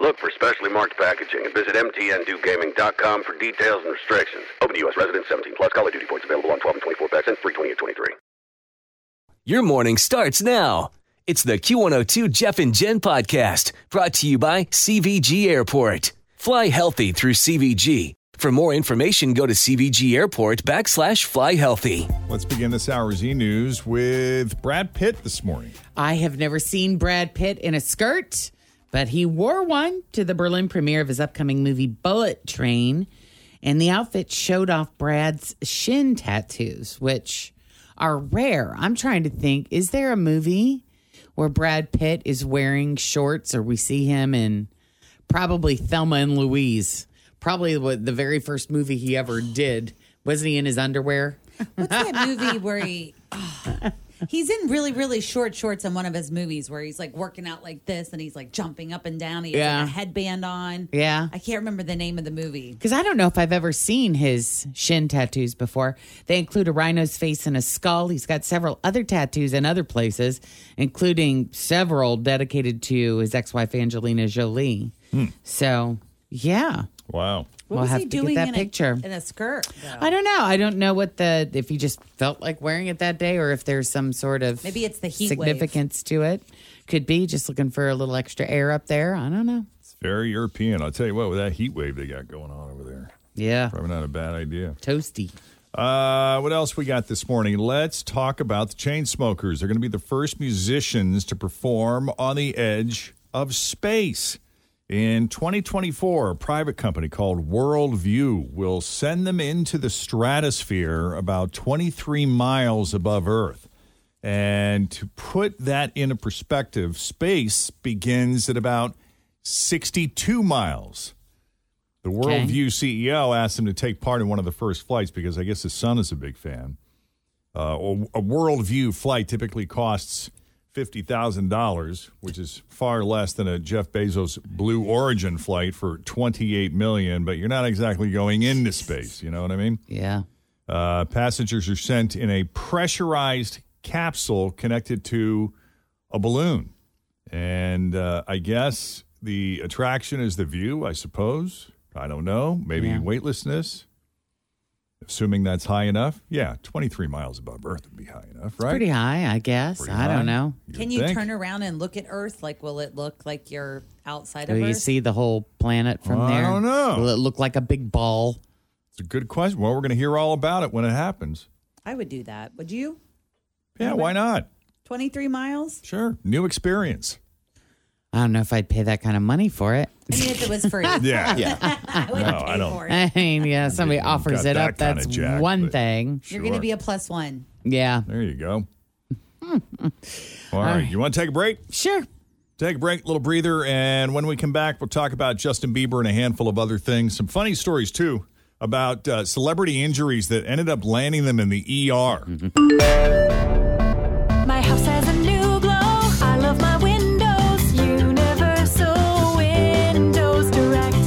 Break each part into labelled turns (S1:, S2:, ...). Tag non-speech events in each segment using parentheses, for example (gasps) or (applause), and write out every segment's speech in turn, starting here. S1: Look for specially marked packaging and visit mtndewgaming.com for details and restrictions. Open to U.S. residents 17 plus. Call of Duty points available on 12 and 24 packs and free 20 and 23.
S2: Your morning starts now. It's the Q102 Jeff and Jen podcast brought to you by CVG Airport. Fly healthy through CVG. For more information, go to CVG Airport backslash fly healthy.
S3: Let's begin this hour's e news with Brad Pitt this morning.
S4: I have never seen Brad Pitt in a skirt, but he wore one to the Berlin premiere of his upcoming movie Bullet Train, and the outfit showed off Brad's shin tattoos, which are rare. I'm trying to think is there a movie where Brad Pitt is wearing shorts or we see him in probably Thelma and Louise? Probably what the very first movie he ever did. Wasn't he in his underwear?
S5: What's
S4: (laughs)
S5: that movie where he? oh, he's in really, really short shorts in one of his movies where he's like working out like this and he's like jumping up and down. He has
S4: Yeah.
S5: like a headband on.
S4: Yeah.
S5: I can't remember the name of the movie.
S4: Because I don't know if I've ever seen his shin tattoos before. They include a rhino's face and a skull. He's got several other tattoos in other places, including several dedicated to his ex wife, Angelina Jolie.
S3: Hmm.
S4: So, yeah.
S3: Wow.
S5: What
S4: We'll
S5: was
S4: have
S5: he
S4: to get
S5: doing
S4: that
S5: in
S4: picture.
S5: A, in a skirt? though?
S4: I don't know. I don't know what the, if he just felt like wearing it that day or if there's some sort of
S5: Maybe it's the heat wave.
S4: significance to it. Could be just looking for a little extra air up there. I don't know.
S3: It's very European. I'll tell you what, with that heat wave they got going on over there,
S4: Yeah.
S3: probably not a bad idea.
S4: Toasty.
S3: Uh, what else we got this morning? Let's talk about the Chainsmokers. They're going to be the first musicians to perform on the edge of space. In 2024, a private company called Worldview will send them into the stratosphere about 23 miles above Earth. And to put that into perspective, space begins at about 62 miles. The
S4: Okay.
S3: Worldview CEO asked him to take part in one of the first flights because I guess his son is a big fan. Uh, a a Worldview flight typically costs fifty thousand dollars, which is far less than a Jeff Bezos Blue Origin flight for twenty-eight million. But you're not exactly going into space. You know what I mean?
S4: Yeah.
S3: Uh, passengers are sent in a pressurized capsule connected to a balloon. And uh, I guess the attraction is the view, I suppose. I don't know. Maybe weightlessness. Assuming that's high enough. Yeah, 23 miles above Earth would be high enough, right?
S4: Pretty high, I guess.
S3: Pretty
S4: I
S3: high.
S4: don't know.
S5: Can
S3: would
S5: you
S3: think.
S5: turn around and look at Earth? Like, will it look like you're outside
S4: Do
S5: of
S4: you
S5: Earth?
S4: see the whole planet from
S3: I
S4: there?
S3: don't know.
S4: Will it look like a big ball?
S3: It's a good question. Well, we're going to hear all about it when it happens.
S5: I would do that. Would you?
S3: Yeah, why not?
S5: 23 miles?
S3: Sure.
S4: (laughs)
S3: New experience.
S4: I don't know if I'd pay that kind of money for it. (laughs)
S5: I mean, if it was free.
S3: (laughs) Yeah. yeah.
S5: I wouldn't
S3: No,
S5: pay
S3: I don't-
S5: for it.
S4: I mean, yeah, somebody
S3: got
S4: offers it
S3: that
S4: up.
S3: kinda
S4: That's
S3: jack,
S4: one
S3: but-
S4: thing.
S5: You're going
S3: Sure.
S5: to be a plus one.
S4: Yeah.
S3: There you (laughs) go. All right. You want to take a break?
S4: Sure.
S3: Take a break, little breather, and when we come back, we'll talk about Justin Bieber and a handful of other things. Some funny stories, too, about uh, celebrity injuries that ended up landing them in the ER.
S6: My house has a new glow. I love my windows. Universal Windows Direct.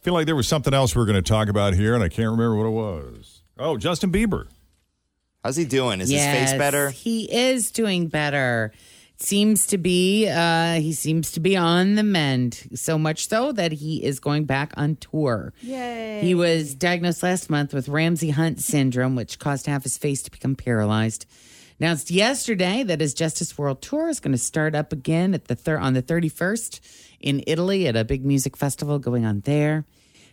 S3: feel like there was something else we were going to talk about here, and I can't remember what it was. Oh, Justin Bieber.
S7: How's he doing? Is his face
S4: Yes,
S7: better?
S4: He is doing better. Seems to be, uh, he seems to be on the mend, so much so that he is going back on tour. Yay. He was diagnosed last month with Ramsey Hunt syndrome, which caused half his face to become paralyzed. Announced yesterday that his Justice World Tour is going to start up again at the thir- on the 31st in Italy at a big music festival going on there.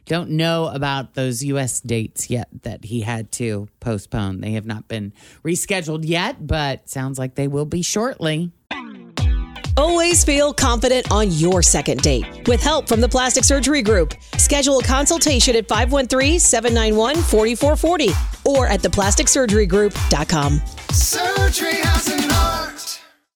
S4: Don't know about those US dates yet that he had to postpone. They have not been rescheduled yet, but sounds like they will be shortly.
S8: Always feel confident on your second date. With help from the Plastic Surgery Group, schedule a consultation at 513 791 4440 or at theplasticsurgerygroup.com.
S7: Surgery has an art.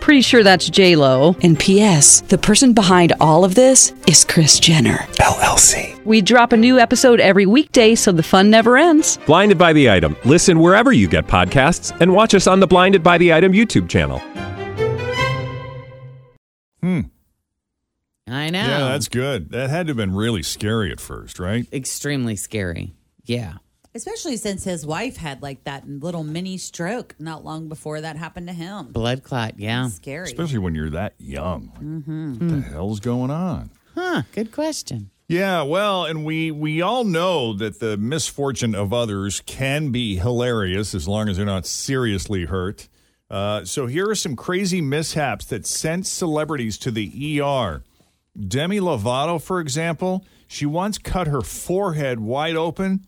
S9: Pretty sure that's J Lo. And P.S. The person behind all of this is Chris Jenner LLC. We drop a new episode every weekday, so the fun never ends.
S10: Blinded by the item. Listen wherever you get podcasts, and watch us on the Blinded by the Item YouTube channel.
S3: Hmm.
S4: I know.
S3: Yeah, that's good. That had to have been really scary at first, right?
S4: Extremely scary. Yeah.
S5: Especially since his wife had like that little mini stroke not long before that happened to him.
S4: Blood clot. Yeah.
S5: Scary.
S3: Especially when you're that young. Like, What the hell's going on?
S4: Huh. Good question.
S3: Yeah, well, and we we all know that the misfortune of others can be hilarious as long as they're not seriously hurt. Uh, so here are some crazy mishaps that sent celebrities to the ER. Demi Lovato, for example, she once cut her forehead wide open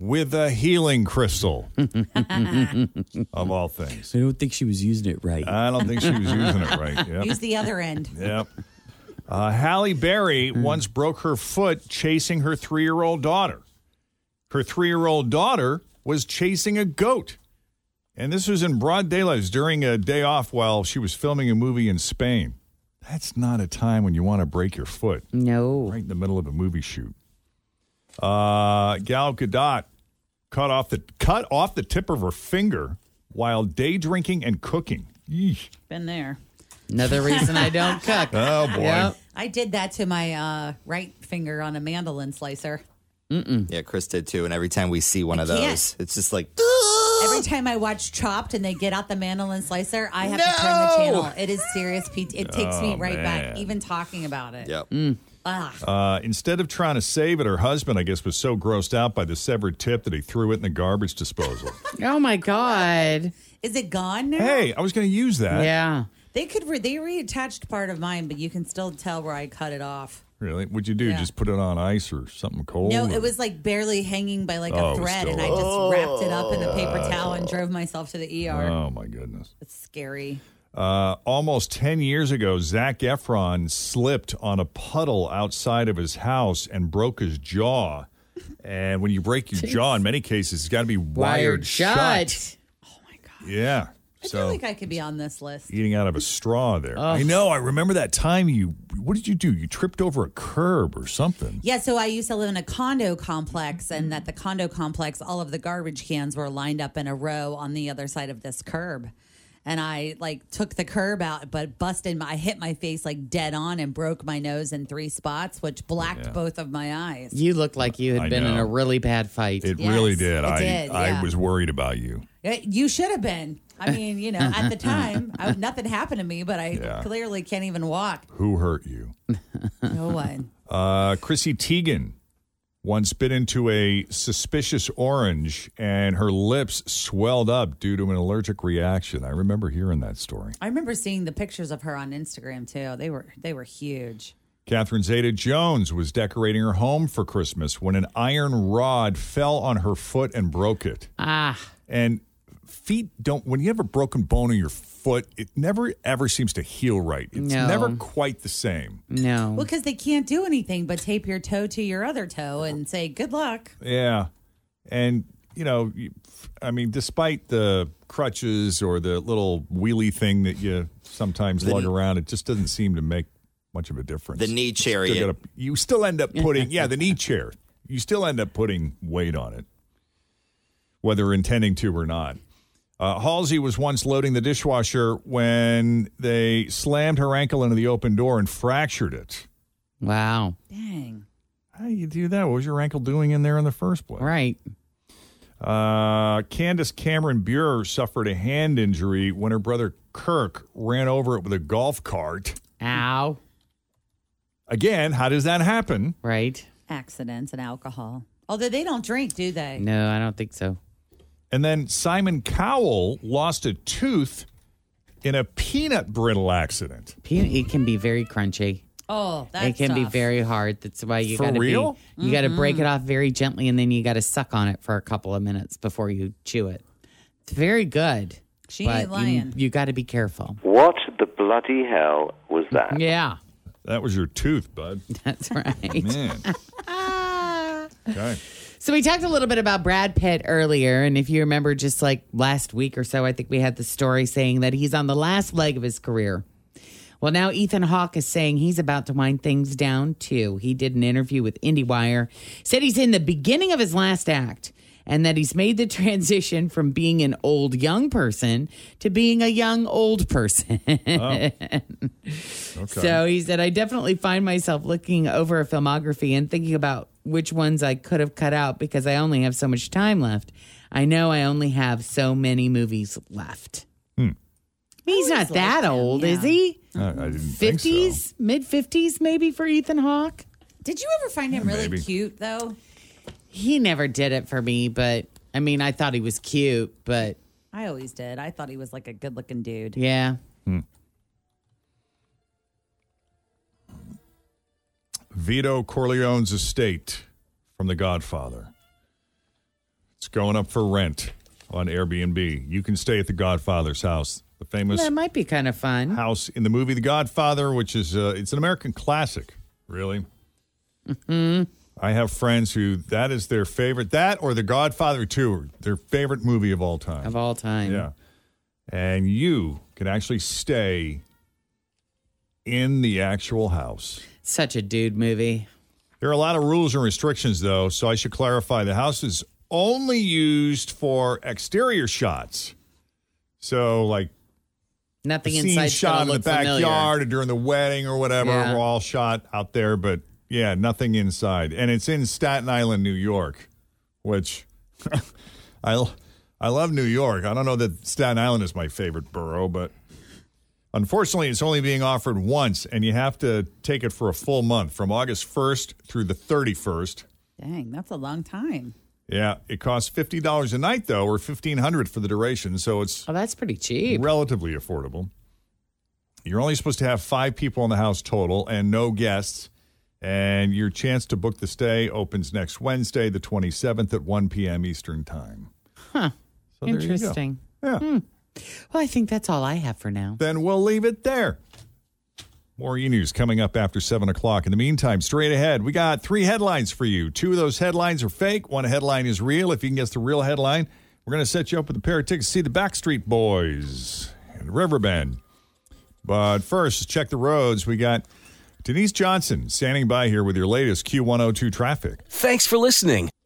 S3: with a healing crystal, (laughs) of all things.
S11: I don't think she was using it
S4: Uh,
S11: right.
S3: I don't think she was using it right. Yep.
S5: Use the other end.
S3: Yep. Uh, Halle Berry once broke her foot chasing her three year old daughter. Her three year old daughter was chasing a goat. And this was in broad daylight. It was during a day off while she was filming a movie in Spain. That's not a time when you want to break your foot
S4: No.
S3: right in the middle of a movie shoot. Uh, Gal Gadot cut off the cut off the tip of her finger while day drinking and cooking. Yeesh.
S5: (laughs) Been there.
S4: Another reason I
S3: (laughs)
S4: don't cook.
S3: Oh boy.
S4: Yep.
S5: I did that to my uh, right finger on a mandolin slicer.
S7: Yeah, Chris did too. And every time we see one of
S5: I can't.
S7: those, it's just like,
S5: (gasps)
S3: (gasps)
S5: Every time I watch Chopped and they get out the mandolin slicer, I have to turn the channel. It is serious. P- it takes me right
S3: Oh, man.
S5: back, even talking about it.
S7: yep.
S5: Ugh.
S3: Uh, instead of trying to save it, her husband, I guess, was so grossed out by the severed tip that he threw it in the garbage
S5: (laughs)
S3: disposal.
S4: Oh my God.
S5: Is it gone now?
S3: hey, I was going to use that.
S4: Yeah.
S5: They could re- they reattached part of mine, but you can still tell where I cut it off.
S3: Really? What'd you do?
S5: Yeah.
S3: Just put it on ice or something cold?
S5: No,
S3: or-
S5: it was like barely hanging by like
S3: Oh, it
S5: a
S3: was
S5: thread,
S3: still
S5: and I just wrapped it up in a paper towel and drove myself to the ER.
S3: Oh, my goodness.
S5: It's scary.
S3: Uh, almost 10 years ago, Zach Efron slipped on a puddle outside of his house and broke his jaw. And when you break
S5: (laughs)
S3: your jaw, in many cases, it's got to be wired, shut. Yeah.
S5: I feel like I could be on this list.
S3: eating out of a straw there. I know. I remember that time you, what did you do? You tripped over a curb or something.
S5: Yeah, so I used to live in a condo complex, and at the condo complex, all of the garbage cans were lined up in a row on the other side of this curb. And I like took the curb out, but busted my, I hit my face like dead on and broke my nose in three spots, which blacked both of my eyes.
S4: You look like you had
S3: I
S4: been in
S3: know.
S4: a really bad fight.
S3: It
S5: Yes,
S3: really did.
S5: it
S3: I,
S5: did,
S3: I
S5: yeah.
S3: was worried about you.
S5: Uh, You should have been. I mean, you know, at the time, I, nothing happened to me, but I
S3: Yeah.
S5: clearly can't even walk.
S3: Who hurt you?
S5: No one.
S3: Uh, Chrissy Teigen once bit into a suspicious orange and her lips swelled up due to an allergic reaction. I remember hearing that story.
S5: I remember seeing the pictures of her on Instagram too. They were they were huge.
S3: Catherine Zeta Jones was decorating her home for Christmas when an iron rod fell on her foot and broke it.
S4: Ah.
S3: And feet don't, when you have a broken bone in your foot, it never ever seems to heal right. It's
S4: No.
S3: never quite the same.
S4: No.
S5: Well, because they can't do anything but tape your toe to your other toe and say good luck.
S3: Yeah. And, you know, you- I mean, despite the crutches or the little wheelie thing that you sometimes lug around, it just doesn't seem to make much of a difference.
S7: The knee
S3: You still
S7: chariot.
S3: gotta- you still end up putting, yeah, the knee chair. You still end up putting weight on it, whether intending to or not. Uh, Halsey was once loading the dishwasher when they slammed her ankle into the open door and fractured it.
S4: Wow.
S5: Dang.
S3: How do you do that? What was your ankle doing in there in the first place?
S4: Right.
S3: Uh, Candace Cameron Bure suffered a hand injury when her brother Kirk ran over it with a golf cart.
S4: Ow.
S3: Again, how does that happen?
S4: Right.
S5: Accidents and alcohol. Although they don't drink, do they?
S4: No, I don't think so.
S3: And then Simon Cowell lost a tooth in a peanut brittle accident.
S4: Peanut, it can be very crunchy.
S5: Oh, that's
S4: it can be
S5: tough.
S4: very hard. That's why you
S3: For
S4: got to be, you
S3: real?
S4: got to break
S5: Mhm.
S4: it off very gently, and then you got to suck on it for a couple of minutes before you chew it. It's very good.
S5: She
S4: but
S5: ain't lying.
S4: You, you got to be careful.
S12: What the bloody hell was that?
S4: Yeah,
S3: That was your tooth, bud.
S4: (laughs) that's right. (laughs)
S3: Man. okay.
S4: So we talked a little bit about Brad Pitt earlier, and if you remember, just like last week or so, I think we had the story saying that he's on the last leg of his career. Well, now Ethan Hawke is saying he's about to wind things down too. He did an interview with IndieWire, said he's in the beginning of his last act, and that he's made the (laughs) transition from being an old young person to being a young old person.
S3: Okay.
S4: So he said, I definitely find myself looking over a filmography and thinking about which ones I could have cut out because I only have so much time left. I know I only have so many movies left.
S3: Hmm.
S4: He's not that old, is he?
S3: I, I didn't think so.
S4: 50s, mid 50s, maybe for Ethan Hawke.
S5: Did you ever find him really
S4: maybe.
S5: cute though?
S4: He never did it for me, but I mean, I thought he was cute, but
S5: I always did. I thought he was like a good-looking dude.
S4: yeah.
S3: Vito Corleone's estate from The Godfather. It's going up for rent on Airbnb. You can stay at The Godfather's house, the famous
S4: That might be kind of fun.
S3: house in the movie The Godfather, which is uh, it's an American classic, really.
S4: Mm-hmm.
S3: I have friends who that is their favorite, that or The Godfather 2, are their favorite movie of all time.
S4: Of all time.
S3: Yeah. And you can actually stay in the actual house.
S4: Such a dude movie.
S3: There are a lot of rules and restrictions, though, so I should clarify the house is only used for exterior shots. So, like,
S4: Nothing
S3: the
S4: inside
S3: scene shot in the backyard or during the wedding or whatever
S4: Yeah.
S3: were all shot out there, but yeah, nothing inside. And it's in Staten Island, New York, which (laughs) I I love New York. I don't know that Staten Island is my favorite borough, but unfortunately, it's only being offered once, and you have to take it for a full month from August 1st through the 31st.
S5: Dang, that's a long time.
S3: Yeah, it costs fifty dollars a night though, or fifteen hundred for the duration. So it's
S4: oh, that's pretty cheap,
S3: relatively affordable. You're only supposed to have five people in the house total, and no guests. And your chance to book the stay opens next Wednesday, the 27th at 1 p.m. Eastern Time.
S4: Huh.
S3: So there you go.
S4: Interesting. Hmm.
S3: Yeah.
S4: Well, I think that's all I have for now.
S3: Then we'll leave it there. More e news coming up after 7 o'clock. In the meantime, straight ahead, we got three headlines for you. Two of those headlines are fake, one headline is real. If you can guess the real headline, we're going to set you up with a pair of tickets to see the Backstreet Boys and Riverbend. But first, check the roads. We got Denise Johnson standing by here with your latest Q102 traffic.
S2: Thanks for listening